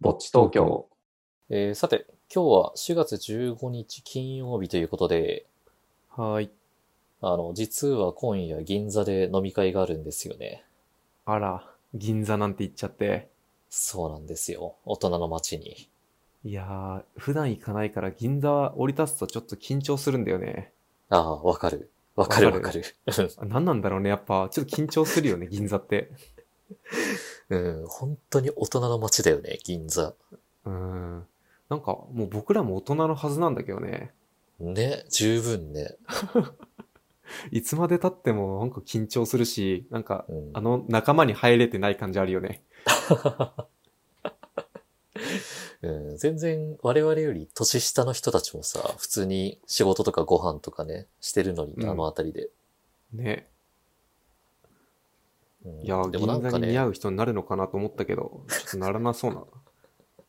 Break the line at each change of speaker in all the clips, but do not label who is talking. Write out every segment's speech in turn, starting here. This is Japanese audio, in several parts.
ぼっち東京。
えーさて、今日は4月15日金曜日ということで、
はい。
あの、実は今夜銀座で飲み会があるんですよね。
あら、銀座なんて行っちゃって。
そうなんですよ。大人の街に。
いやー、普段行かないから銀座降り立つとちょっと緊張するんだよね。
ああ、わかる。わかるわ
わ
か
か
る。
あ何なんだろうね、やっぱ。ちょっと緊張する よね、銀座って。
うん、本当に大人の街だよね、銀座。
うーん。なんか、もう僕らも大人のはずなんだけどね。
ね、十分ね。
いつまで経ってもなんか緊張するし、なんか、
うん
あの仲間に入れてない感じあるよね。
うん、全然我々より年下の人たちもさ、普通に仕事とかご飯とかね、してるのに、
うん
あのあたりで。
ね。
うん
いやー、
でもなん
銀
か
座に
ね、
似合う人になるのかなと思ったけど、ちょっとならなそうな。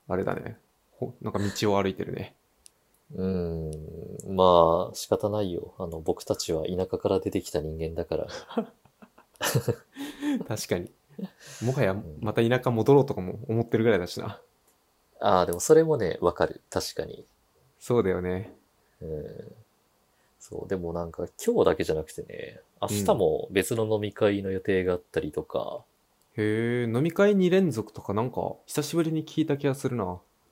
あれだね。ほなんか道を歩いてるね。
うん、まあ、仕方ないよ。あの、僕たちは田舎から出てきた人間だから。
確 かに。もはや
ん、
また田舎戻ろうとかも思ってるぐらいだしな。
ああ、でもそれもね、わかる。確かに。
そうだよね。
うん。そう、でもなんか今日だけじゃなくてね、明日も別の飲み会の予定があったりとか、
へえ、飲み会2連続とかなんか、久しぶりに聞いた気がするな。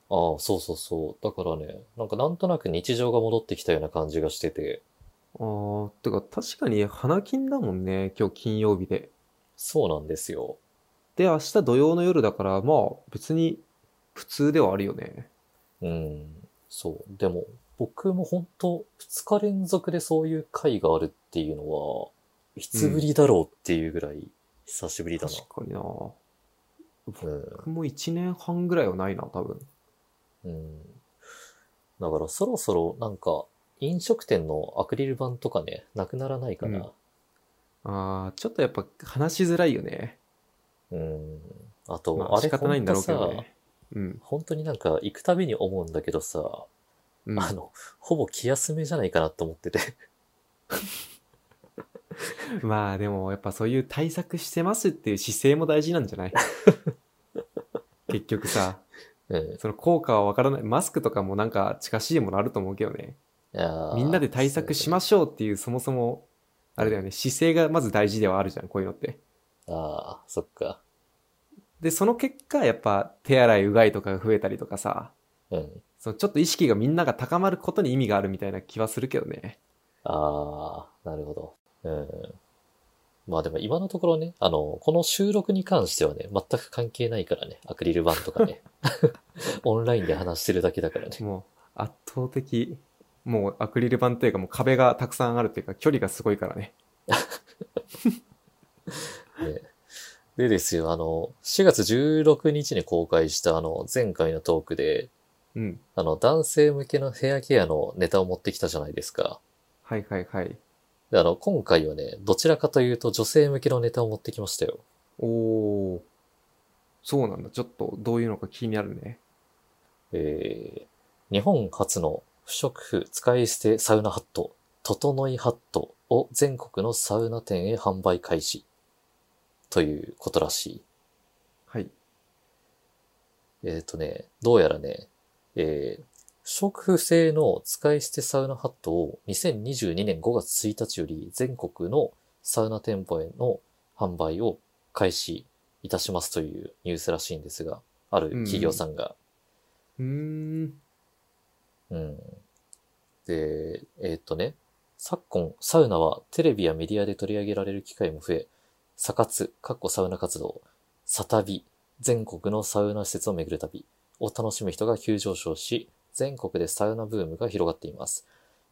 ああ、そうそうそう。だからね、なんかなんとなく日常が戻ってきたような感じがしてて、
あー、てか確かに花金だもんね。今日金曜日で。
そうなんですよ。
で、明日土曜の夜だから、まあ、別に普通ではあるよね。
うん。そう。でも、僕も本当2日連続でそういう会があるっていうのは、いつぶりだろうっていうぐらい久しぶりだ
確かにな。僕
な。うん。
も1年半ぐらいはないな、多分。
うん。だからそろそろなんか飲食店のアクリル板とかね、なくならないかな。
あー、ちょっとやっぱ話しづらいよね。
うん。あと、
まあ、
あれ
仕方ないんだろうけど
ほんとさ
ね。うん。
本当になんか行くたびに思うんだけどさ、
うん、
あの、ほぼ気休めじゃないかなと思ってて。
まあでもやっぱそういう対策してますっていう姿勢も大事なんじゃない 結局さ、
うん。
その効果はわからない。マスクとかもなんか近しいものあると思うけどね。みんなで対策しま
し
しょうっていうそもそも、あれだよね、姿勢がまず大事ではあるじゃん、こういうのって。
ああ、そっか。
で、その結果やっぱ手洗いうがいとかが増えたりとかさ、
うん。
そのちょっと意識がみんなが高まることに意味があるみたいな気はするけどね。
ああ、なるほど。うん。まあでも今のところね、あの、この収録に関してはね、全く関係ないからね、アクリル板とかね。 オンラインで話してるだけだからね。
もう圧倒的、もうアクリル板というかもう壁がたくさんあるというか距離がすごいからね。
ねでですよ、あの、4月16日に公開したあの、前回のトークで、
うん。
あの、男性向けのヘアケアのネタを持ってきたじゃないですか。
はいはいはい。
であの、今回はね、どちらかというと女性向けのネタを持ってきましたよ。
おおーそうなんだちょっとどういうのか気になるね
えー、日本初の不織布使い捨てサウナハット、整いハットを全国のサウナ店へ販売開始。ということらしい。
はい
えっ、とね、どうやらね、えー、不織布製の使い捨てサウナハットを2022年5月1日より全国のサウナ店舗への販売を開始いたしますというニュースらしいんですが、ある企業さんが。
うーん
うんで、えーっとね、昨今、サウナはテレビやメディアで取り上げられる機会も増え、サ活、かっこサウナ活動、サ旅、全国のサウナ施設を巡る旅を楽しむ人が急上昇し、全国でサウナブームが広がっています。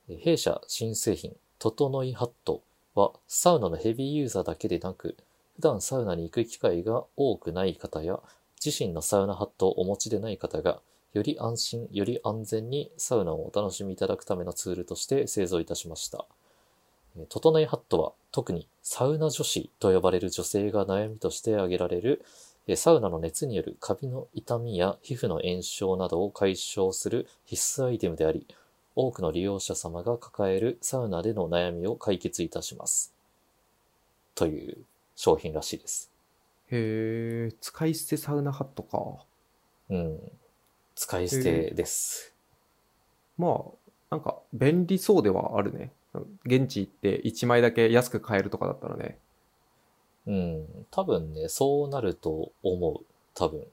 え弊社新製品、整いハットは、サウナのヘビーユーザーだけでなく、普段サウナに行く機会が多くない方や、自身のサウナハットをお持ちでない方が、より安心、より安全にサウナをお楽しみいただくためのツールとして製造いたしました。えー整いハットは特にサウナ女子と呼ばれる女性が悩みとして挙げられるえーサウナの熱によるカビの痛みや皮膚の炎症などを解消する必須アイテムであり、多くの利用者様が抱えるサウナでの悩みを解決いたします。という商品らしいです。
へえ使い捨てサウナハットか
うん。使い捨てです。
まあ、なんか便利そうではあるね。現地行って1枚だけ安く買えるとかだったらね。
うん。多分ね、そうなると思う。多分。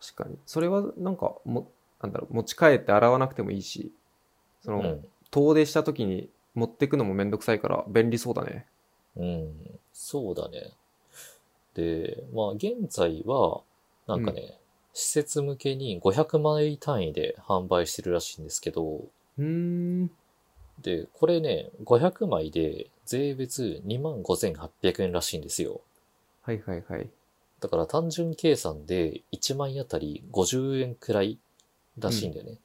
確かに。それはなんかも、なんだろう、持ち帰って洗わなくてもいいし、その、
うん。
遠出した時に持ってくのもめんどくさいから便利そうだね。
うん。そうだね。で、まあ、現在は、なんかね、施設向けに500枚単位で販売してるらしいんですけど、
うーん。
で、これね、500枚で税別25,800円らしいんですよ。
はいはいはい。
だから単純計算で1枚あたり50円くらいらしいんだよね。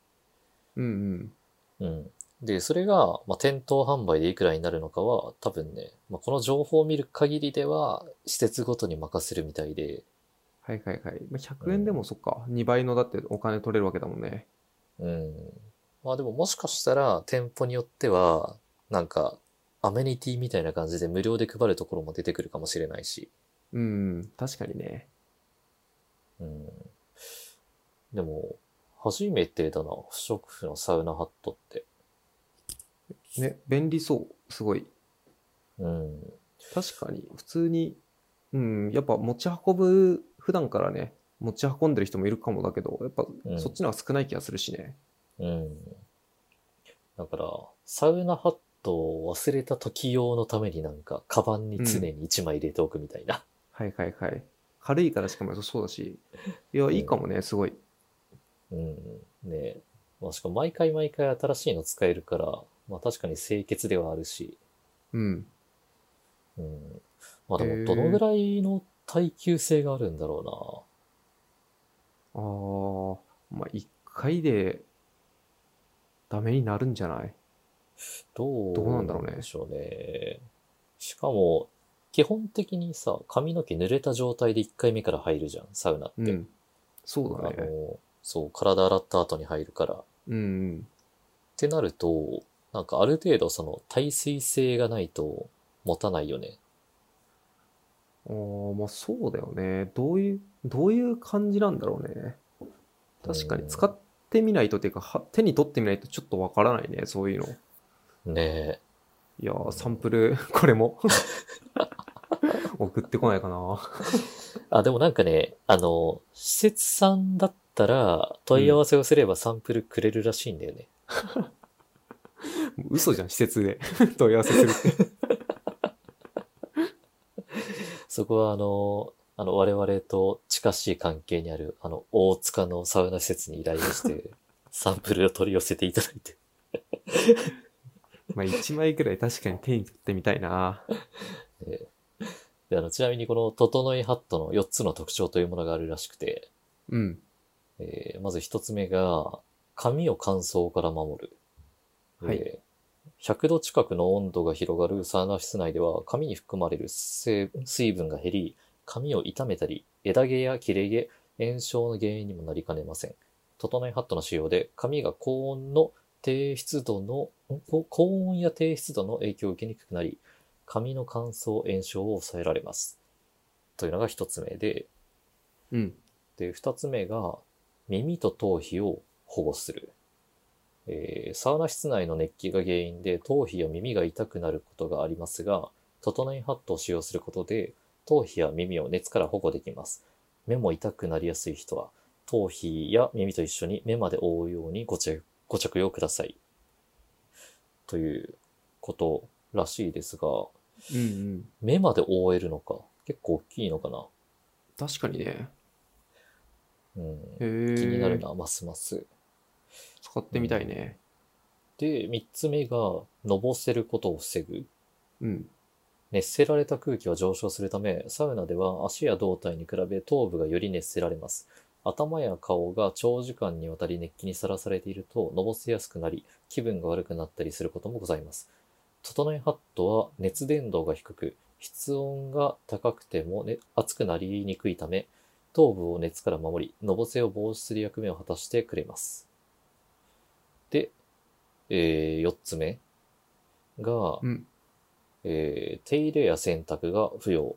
うんうん。
うん。で、それが、まあ、店頭販売でいくらになるのかは、多分ね、まあ、この情報を見る限りでは、施設ごとに任せるみたいで、
はいはいはい。まあ100円でもそっか、2倍のだってお金取れるわけだもんね。
うん。まあでももしかしたら、店舗によっては、なんか、アメニティみたいな感じで無料で配るところも出てくるかもしれないし。
うんうん、確かにね。
うん。でも、初めてだな、不織布のサウナハットって。
ね、便利そう、すごい。
うん。
確かに、普通に、うん、やっぱ持ち運ぶ、普段からね、持ち運んでる人もいるかもだけど、やっぱ
うん
そっちの方が少ない気がするしね。
うん。だから、サウナハットを忘れた時用のためになんか、カバンに常に1枚入れておくみたいな。
はいはいはい。軽いからしかも良さそうだ し、いや、いいかもね、すごい。
うん。ねえ。まあ、しかも毎回毎回新しいの使えるから、まあ確かに清潔ではあるし、
うん。
うん。まあで
へえ
も、どのぐらいの耐久性があるんだろ
ああ、まあ、一回で、ダメになるんじゃないう
な。どう、
どうなんだろうね
でしょうね。しかも、基本的にさ、髪の毛濡れた状態で1回目から入るじゃん、サウナって。
うん。そうだ
あ
ね。
の、そう、体洗った後に入るから。っ
うんうん。
てなると、なんかある程度その耐水性がないと持たないよね。
ああ、まあそうだよね。どういう、どういう感じなんだろうね。確か
う
に
ん
使ってみないとっていうか、は手に取ってみないとちょっとわからないね、そういうの。
ね
いやー、サンプル、これも。送ってこないかな。
え。あ、でもなんかね、あの、施設さんだったら問い合わせをすればサンプルくれるらしいんだよね。
嘘じゃん、施設で。 問い合わせするって。
そこはあの、あの、我々と近しい関係にある、あの、大塚のサウナ施設に依頼を して、サンプルを取り寄せていただいて。
まあ1枚くらい確かに手に取ってみたいな。
であのちなみにこの、整いハットの4つの特徴というものがあるらしくて、
うん。
えーまず一つ目が、髪を乾燥から守る。
はい
えー100度近くの温度が広がるサウナ室内では、髪に含まれる成水分が減り、髪を傷めたり、枝毛や切れ毛、炎症の原因にもなりかねません。整いハットの使用で、髪が高温の低湿度の、んこ高温や低湿度の影響を受けにくくなり、髪の乾燥、炎症を抑えられます。というのが一つ目で、
うん。
で、二つ目が、耳と頭皮を保護する。えーサウナ室内の熱気が原因で頭皮や耳が痛くなることがありますが、整いハットを使用することで、頭皮や耳を熱から保護できます。目も痛くなりやすい人は、頭皮や耳と一緒に目まで覆うようにご着ご着用ください。ということらしいですが、
うんうん。
目まで覆えるのか、結構大きいのかな。
確かにね。
うん、
へー
気になるな、ますます。
使ってみたいね。
で、三つ目が、のぼせることを防ぐ。
うん。
熱せられた空気は上昇するため、サウナでは足や胴体に比べ頭部がより熱せられます。頭や顔が長時間にわたり熱気にさらされていると、のぼせやすくなり、気分が悪くなったりすることもございます。整いハットは熱伝導が低く、室温が高くても、ね、熱くなりにくいため、頭部を熱から守り、のぼせを防止する役目を果たしてくれます。で、えー、4つ目が、
うん。
えー手入れや洗濯が不要。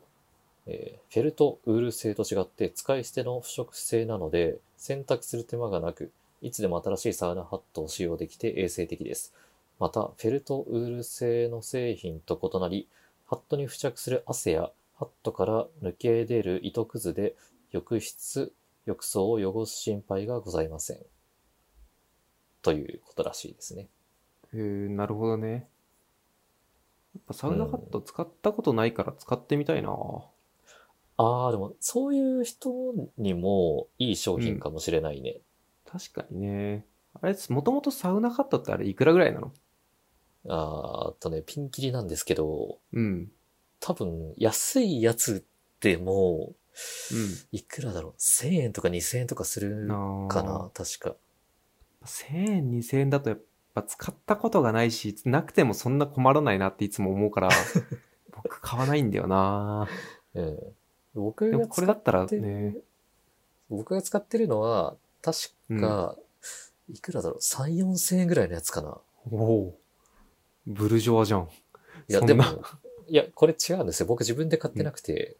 えーフェルト、ウール製と違って使い捨ての不織布製なので、洗濯する手間がなく、いつでも新しいサウナハットを使用できて衛生的です。また、フェルトウール製の製品と異なり、ハットに付着する汗や、ハットから抜け出る糸くずで、浴室、浴槽を汚す心配がございません。ということらしいですね。
へえなるほどね。やっぱサウナハット使ったことないから使ってみたいな。
ああ、でも、そういう人にもいい商品かもしれないね。
確かにね。あれ、もともとサウナハットってあれいくらぐらいなの
あーあとね、ピンキリなんですけど、
うん。
多分、安いやつでも、いくらだろう ?1000 円とか2000円とかす
う
る
ん。
かな確か。
1000円、2000円だとやっぱ使ったことがないし、なくてもそんな困らないなっていつも思う から、僕買わないんだよな。
うん。僕
で
が
もこ
使
れ
っ
だったら
使って
ね、
僕が使ってるのは、確か、いくらだろう ?3、4000円ぐらいのやつかな
おおうブルジョワじゃん。
いや、
そん
で
な
も、いや、これ違うんですよ。僕自分で買ってなくて、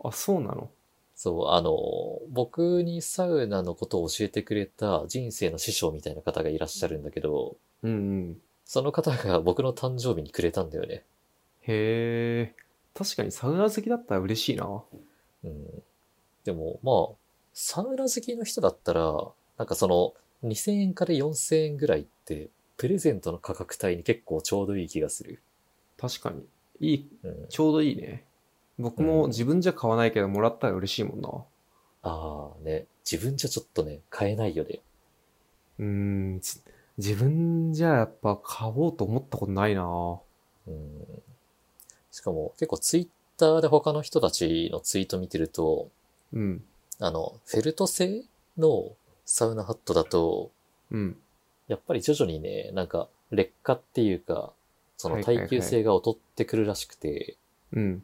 あ、そうなの
そう、あの、僕にサウナのことを教えてくれた人生の師匠みたいな方がいらっしゃるんだけど、
うんうん。
その方が僕の誕生日にくれたんだよね。
へえ。確かにサウナ好きだったら嬉しいな。
うん。でも、まあ、サウナ好きの人だったら、なんかその、2000円から4000円ぐらいって、プレゼントの価格帯に結構ちょうどいい気がする。
確かに。いい、
うん。
ちょうどいいね。僕
う
も
ん
自分じゃ買わないけど、もらったら嬉しいもんな。
ああ、ね。自分じゃちょっとね、買えないよね。
うーん、つ自分じゃやっぱ買おうと思ったことないな。
うん。しかも、結構ツイッターで他の人たちのツイート見てると、
うん、
あの、フェルト製のサウナハットだと、
うん。
やっぱり徐々にね、なんか劣化っていうか、その
はいはいはい
耐久性が劣ってくるらしくて、
うん。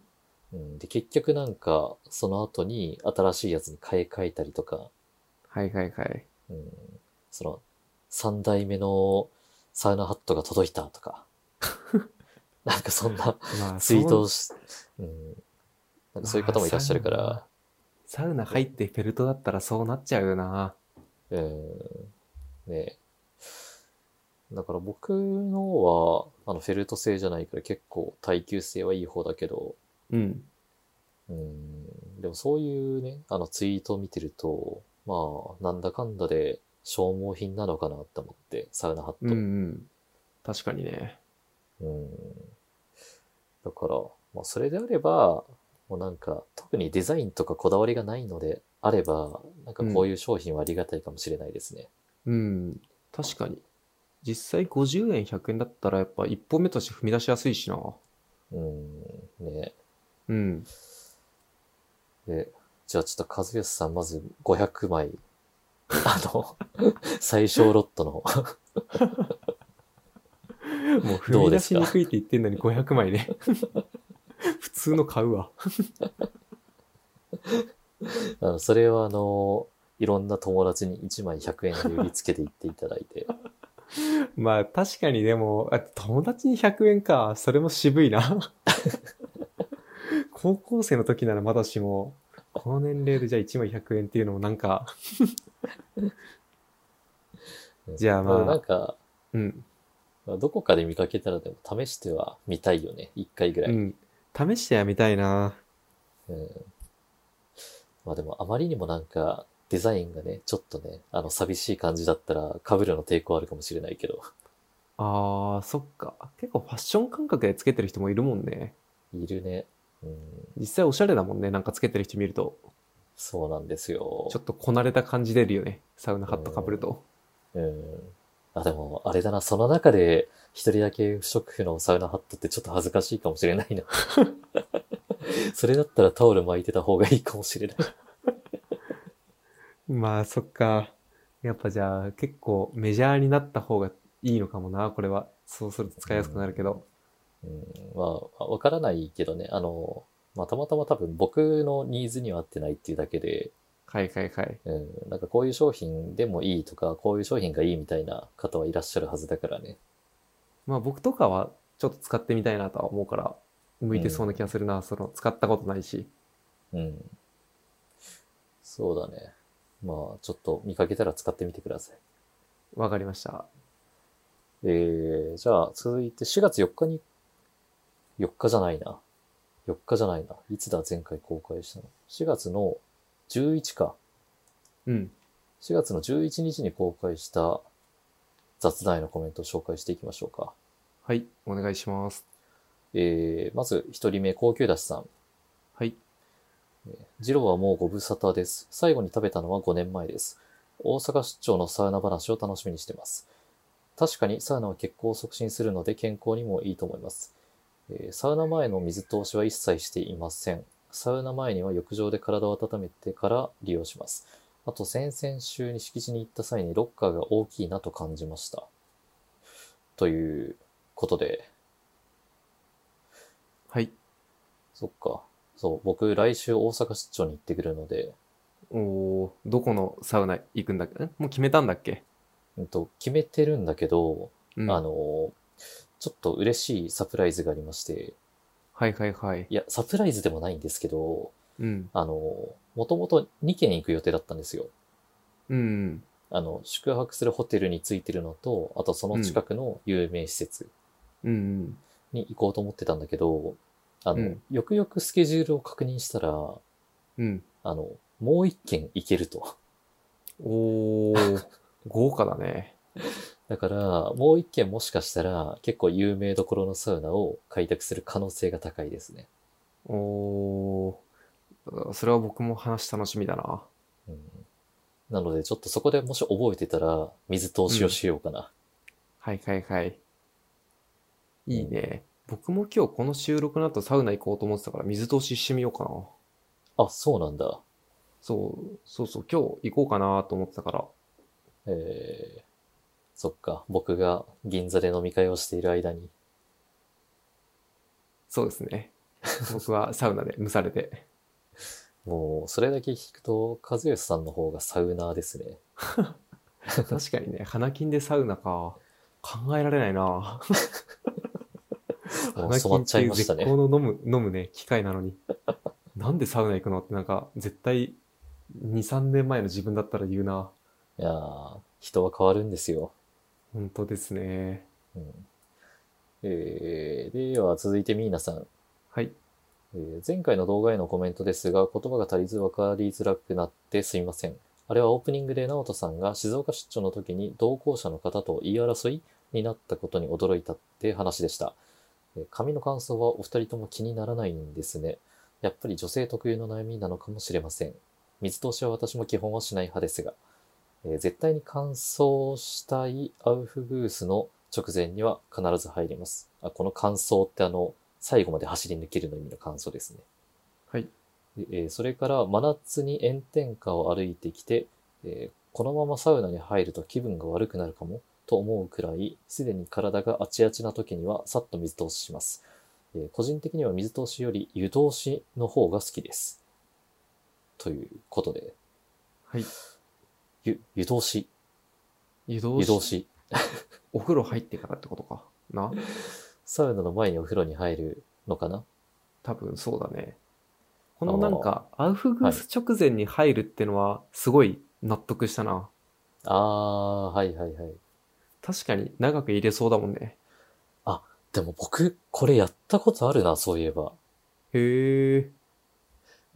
うん、で、結局なんか、その後に新しいやつに買い替えたりとか、
はいはいはい。
うん、その、三代目のサウナハットが届いたと か、なんかそんな
まあ、
ツイートを
そう
し、うん、なんかそういう方もいらっしゃるか
まあ
ら、
サウナ入ってフェルトだったらそうなっちゃうよな。
うん。ねえだから僕のは、あの、フェルト製じゃないから結構耐久性はいい方だけど、
うん。
うん。でもそういうね、あの、ツイートを見てると、まあ、なんだかんだで消耗品なのかなって思って、サウナハット。
うんうん。確かにね。
うんだから、まあ、それであれば、もうなんか、特にデザインとかこだわりがないのであれば、なんかこういう商品はありがたいかもしれないですね。
うん。確かに。実際50円100円だったらやっぱ一歩目として踏み出しやすいしな。
うん、ね
うん。
で、じゃあちょっと和義さんまず500枚、 あの、最小ロットの、
もう踏
どう
み
で
出
す
し
か
にくいって言ってんのに500枚ね。 普通の買うわ。
あのそれはあの、いろんな友達に1枚100円で売りつけていっていただいて、
まあ確かにでも、あ友達に100円か。それも渋いな。 高校生の時ならまだしも、この年齢でじゃあ1枚100円っていうのもなんか、じゃあまあ
なんか、
うん。
どこかで見かけたらでも試しては見たいよね、1回ぐらい。
うん。試してやみたいな。
うんまあでもあまりにもなんかデザインがね、ちょっとね、あの寂しい感じだったら被るの抵抗あるかもしれないけど、
あー、そっか。結構ファッション感覚でつけてる人もいるもんね。
いるね。うん、
実際おしゃれだもんね。なんかつけてる人見ると、
そうなんですよ。
ちょっとこなれた感じ出るよね。サウナハット被ると。
うん。あ、でも、あれだな、その中で一人だけ不織布のサウナハットってちょっと恥ずかしいかもしれないな。それだったらタオル巻いてた方がいいかもしれない。
まあそっか。やっぱじゃあ結構メジャーになった方がいいのかもな、これは。そうすると使いやすくなるけど。
うん、まあ、わからないけどね、あの、まあ、たまたま多分僕のニーズには合ってないっていうだけで、
はいはいはい。
うん、なんかこういう商品でもいいとか、こういう商品がいいみたいな方はいらっしゃるはずだからね。
まあ僕とかはちょっと使ってみたいなとは思うから、向いてそうな気がするな、その使ったことないし。
うん。そうだね。まあ、ちょっと見かけたら使ってみてください。
わかりました。
えー、じゃあ続いて4月4日に、4日じゃないな。4日じゃないな。いつだ前回公開したの。4月の11か。
うん。
4月の11日に公開した雑談へのコメントを紹介していきましょうか。
はい。お願いします。
えー、まず1人目、高級だしさん。
はい。
ジローはもうご無沙汰です。最後に食べたのは5年前です。大阪出張のサウナ話を楽しみにしてます。確かにサウナは血行を促進するので健康にもいいと思います。えーサウナ前の水通しは一切していません。サウナ前には浴場で体を温めてから利用します。あと先々週に敷地に行った際にロッカーが大きいなと感じました。ということで、
はい。
そっか。そう、僕来週大阪出張に行ってくるので、
おー、どこのサウナ行くんだっけんもう決めたんだっけ
うんと、決めてるんだけど、
うん。
あの、ちょっと嬉しいサプライズがありまして、
はいはいはい。
いや、サプライズでもないんですけど、
うん。
あの、もともと2軒行く予定だったんですよ。
うん。
あの、宿泊するホテルについてるのと、あとその近くの有名施設
うん。
に行こうと思ってたんだけど、あの、
うん
よくよくスケジュールを確認したら、あの、
うん。
もう1軒行けると。
おー、 豪華だね。
だから、もう1軒もしかしたら、結構有名どころのサウナを開拓する可能性が高いですね。
おー、それは僕も話楽しみだな。
うんなので、ちょっとそこでもし覚えてたら、水通しをしようかな。
はいはいはい。いいね。僕も今日この収録の後サウナ行こうと思ってたから水通ししてみようかな。
あ、そうなんだ。
そう、そうそう、今日行こうかなと思ってたから。
えー、そっか。僕が銀座で飲み会をしている間に。
そうですね。僕はサウナで蒸されて。
もう、それだけ聞くと、和義さんの方がサウナーですね。
確かにね、花金でサウナか。考えられない な。
もう染まっちゃいました
花金ってい
ね。
う絶好の飲む、飲むね、機会なのに。なんでサウナ行くのってなんか、絶対、2、3年前の自分だったら言うな。
いやー人は変わるんですよ。
本当ですね。
うん、えー、では、続いてミーナさん。
はい。
えー前回の動画へのコメントですが、言葉が足りず分かりづらくなってすいません。あれはオープニングで直人さんが静岡出張の時に同行者の方と言い争いになったことに驚いたって話でした。えー髪の感想はお二人とも気にならないんですね。やっぱり女性特有の悩みなのかもしれません。水通しは私も基本はしない派ですが、えー絶対に乾燥したいアウフグースの直前には必ず入ります。あこの乾燥ってあの、最後まで走り抜けるの意味の感想ですね。
はい。
でえーそれから真夏に炎天下を歩いてきて、えーこのままサウナに入ると気分が悪くなるかもと思うくらい、すでに体があちあちな時にはさっと水通しします。えー個人的には水通しより湯通しの方が好きです。ということで、
はい。
湯湯通し、
移動
湯
し
通し。
お風呂入ってからってことか。な
サウナの前にお風呂に入るのかな
多分そうだね。このなんか、アウフグー
は
ス直前に入るってのは、すごい納得したな。
あー、はいはいはい。
確かに長く入れそうだもんね。
でも僕、これやったことあるな、そういえば。
へえ。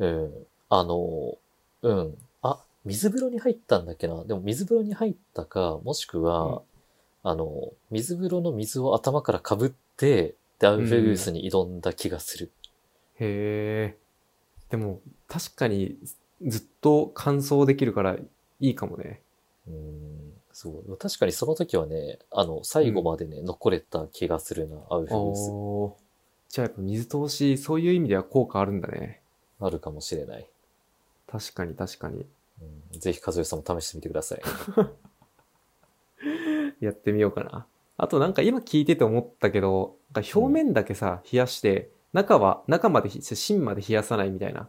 うん。あの、うん。あ、水風呂に入ったんだっけな。でも水風呂に入ったか、もしくは、
うん
あの、水風呂の水を頭からかぶって、ダウフグースに挑んだ気がする。
へえ。でも、確かにずっと乾燥できるからいいかもね。
うん、そう。確かにその時はね、あの、最後までね、残れた気がするな、アウフグース。
おーじゃあやっぱ水通し、そういう意味では効果あるんだね。
あるかもしれない。
確かに確かに。
うん、ぜひ、和代さんも試してみてください。
やってみようかな。あとなんか今聞いてて思ったけど、なんか表面だけさ、冷やして、中は、中までひ、芯まで冷やさないみたいな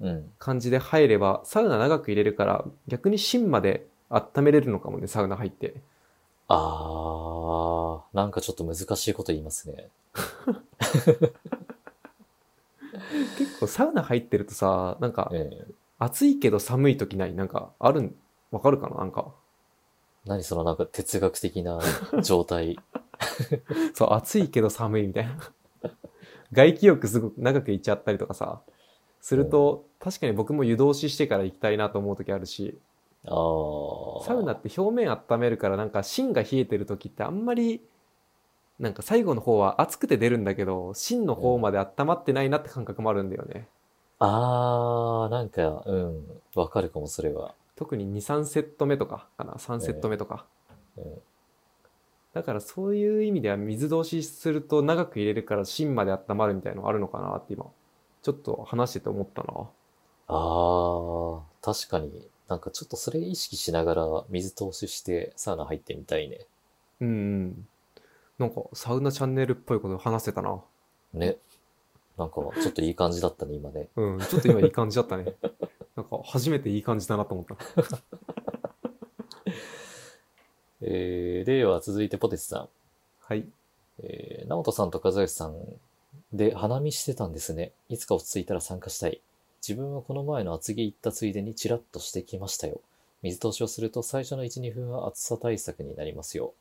うん。
感じで入れば、サウナ長く入れるから、逆に芯まで温めれるのかもね、サウナ入って。
あー、なんかちょっと難しいこと言いますね。
結構サウナ入ってるとさ、なんか
ええ
暑いけど寒い時ない、なんかあるん、わかるかななんか。
何そのなんか哲学的な状態。
そう、暑いけど寒いみたいな。 外気浴すごく長く行っちゃったりとかさ、すると、確かに僕も湯通ししてから行きたいなと思う時あるし、
ああ。
サウナって表面温めるからなんか芯が冷えてる時ってあんまり、なんか最後の方は熱くて出るんだけど、芯の方まで温まってないなって感覚もあるんだよね。
ああ、なんか、うん。わかるかも、それは。
特に2、3セット目とかかな、3セット目とか。
うん
だからそういう意味では水通しすると長く入れるから芯まで温まるみたいのあるのかなって今、ちょっと話してて思ったな。
ああ、確かに。なんかちょっとそれ意識しながら水通ししてサウナ入ってみたいね。
うんうん。なんかサウナチャンネルっぽいこと話せたな。
ね。なんかちょっといい感じだったね、今ね。
うん、ちょっと今いい感じだったね。 なんか初めていい感じだなと思った。
えー、では続いてポテチさん。
はい。
えー、直人さんと和義さんで花見してたんですね。いつか落ち着いたら参加したい。自分はこの前の厚木行ったついでにチラッとしてきましたよ。水通しをすると最初の1、2分は暑さ対策になりますよ。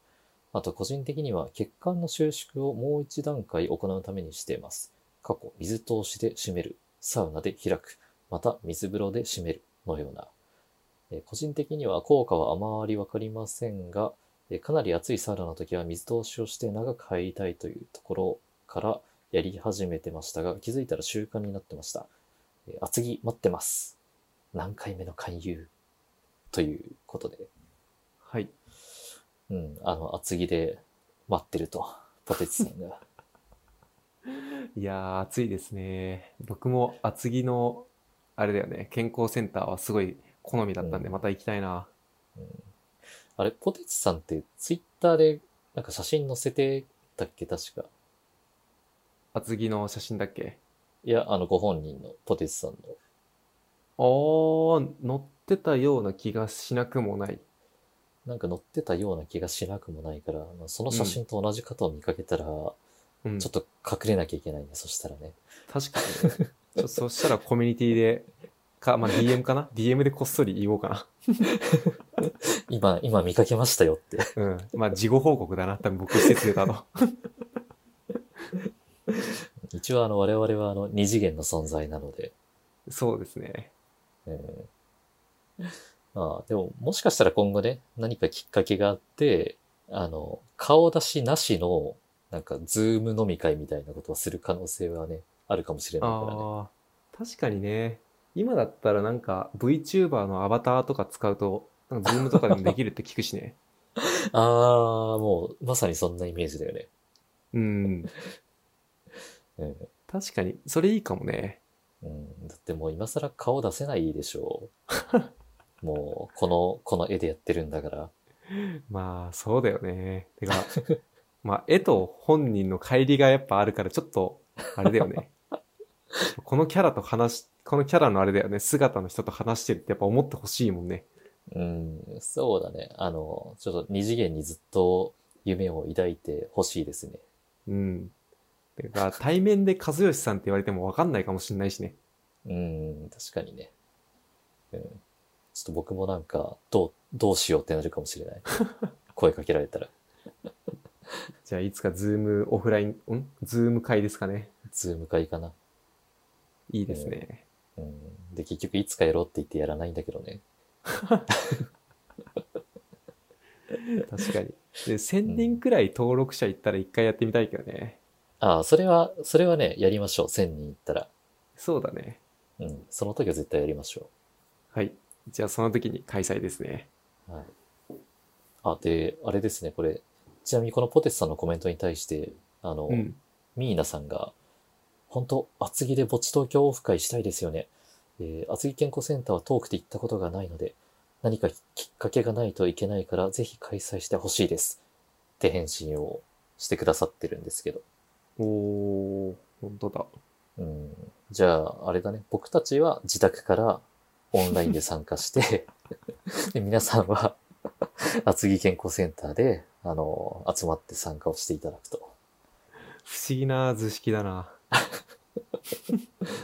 あと個人的には血管の収縮をもう一段階行うためにしています。過去、水通しで締める、サウナで開く、また水風呂で締めるのような。えー個人的には効果はあまりわかりませんが、えーかなり暑いサウナの時は水通しをして長く入りたいというところからやり始めてましたが、気づいたら習慣になってました。えー厚着待ってます。何回目の勧誘ということで、
はい。
うん、あの、厚着で待ってると、ポテチさんが。
いやー、暑いですね。僕も厚木の、あれだよね、健康センターはすごい好みだったんで、
うん
また行きたいな。
あれ、ポテチさんってツイッターでなんか写真載せてたっけ、確か。
厚木の写真だっけ
いや、あの、ご本人の、ポテチさんの。
あー、乗ってたような気がしなくもない。
なんか載ってたような気がしなくもないから、まあその写真と同じ方を見かけたら、
うん、
ちょっと隠れなきゃいけないね、そしたらね。
確かにね、 ちょそしたらコミュニティで、か、まあ、DM かな ?DM でこっそり言おうかな。
今、今見かけましたよって。
うん。まあ、事後報告だな。多分僕施設出たの。
一応あの、我々はあの、二次元の存在なので。
そうですね。
うん、まあ、でも、もしかしたら今後ね、何かきっかけがあって、あの、顔出しなしの、なんか、ズーム飲み会みたいなことをする可能性はね、あるかもしれないからね。
ああ、確かにね。今だったらなんか VTuber のアバターとか使うと、なんか Zoom とかでもできるって聞くしね。
ああ、もう、まさにそんなイメージだよね。
うん。
うん
確かに、それいいかもね。
うん、だってもう今更顔出せないでしょう。 もう、この、この絵でやってるんだから。
まあ、そうだよね。てか、 まあ、絵と本人の乖離がやっぱあるから、ちょっと、あれだよね。 このキャラと話し、このキャラのあれだよね、姿の人と話してるってやっぱ思ってほしいもんね。
うん、そうだね。あの、ちょっと二次元にずっと夢を抱いてほしいですね。
うん。てか、対面で和義さんって言われてもわかんないかもしんないしね。
うん、確かにね。うん。ちょっと僕もなんか、どう、どうしようってなるかもしれない。声かけられたら。
じゃあ、いつかズームオフライン、んズーム会ですかね。
ズーム会かな。
いいですね。
うん。で、結局いつかやろうって言ってやらないんだけどね。
確かに。で、1000人くらい登録者いったら一回やってみたいけどね。
ああ、それは、それはね、やりましょう。1000人いったら。
そうだね。
うん。その時は絶対やりましょう。
はい。じゃあ、その時に開催ですね。
はい。あ、で、あれですね、これ。ちなみにこのポテスさんのコメントに対して、あの、
うん。
ミーナさんが、本当厚木で墓地東京オフ会したいですよね。えー厚木健康センターは遠くて行ったことがないので、何かきっかけがないといけないから、ぜひ開催してほしいです。って返信をしてくださってるんですけど。
おー、本当だ。
うん。じゃあ、あれだね。僕たちは自宅からオンラインで参加して、 で皆さんは 厚木健康センターで、あの、集まって参加をしていただくと。
不思議な図式だな。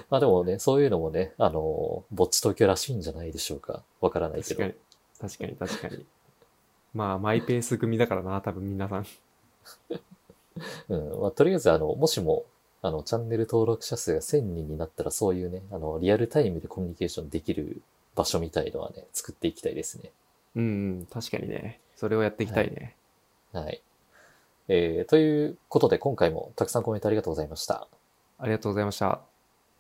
まあでもね、そういうのもね、あの、ぼっち東京らしいんじゃないでしょうか。わからないけ
確か。
ど
に。確かに、確かに。まあ、マイペース組だからな、多分皆さん。
うん。まあ、とりあえず、あの、もしも、あの、チャンネル登録者数が1000人になったら、そういうね、あの、リアルタイムでコミュニケーションできる場所みたいのはね、作っていきたいですね。
うん、うん、確かにね。それをやっていきたいね。
はい。えー、ということで、今回もたくさんコメントありがとうございました。
ありがとうございました。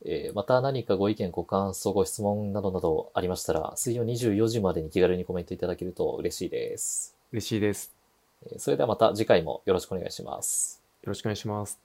えーまた何かご意見、ご感想、ご質問などなどありましたら、水曜24時までに気軽にコメントいただけると嬉しいです。
嬉しいです。
えーそれではまた次回もよろしくお願いします。
よろしくお願いします。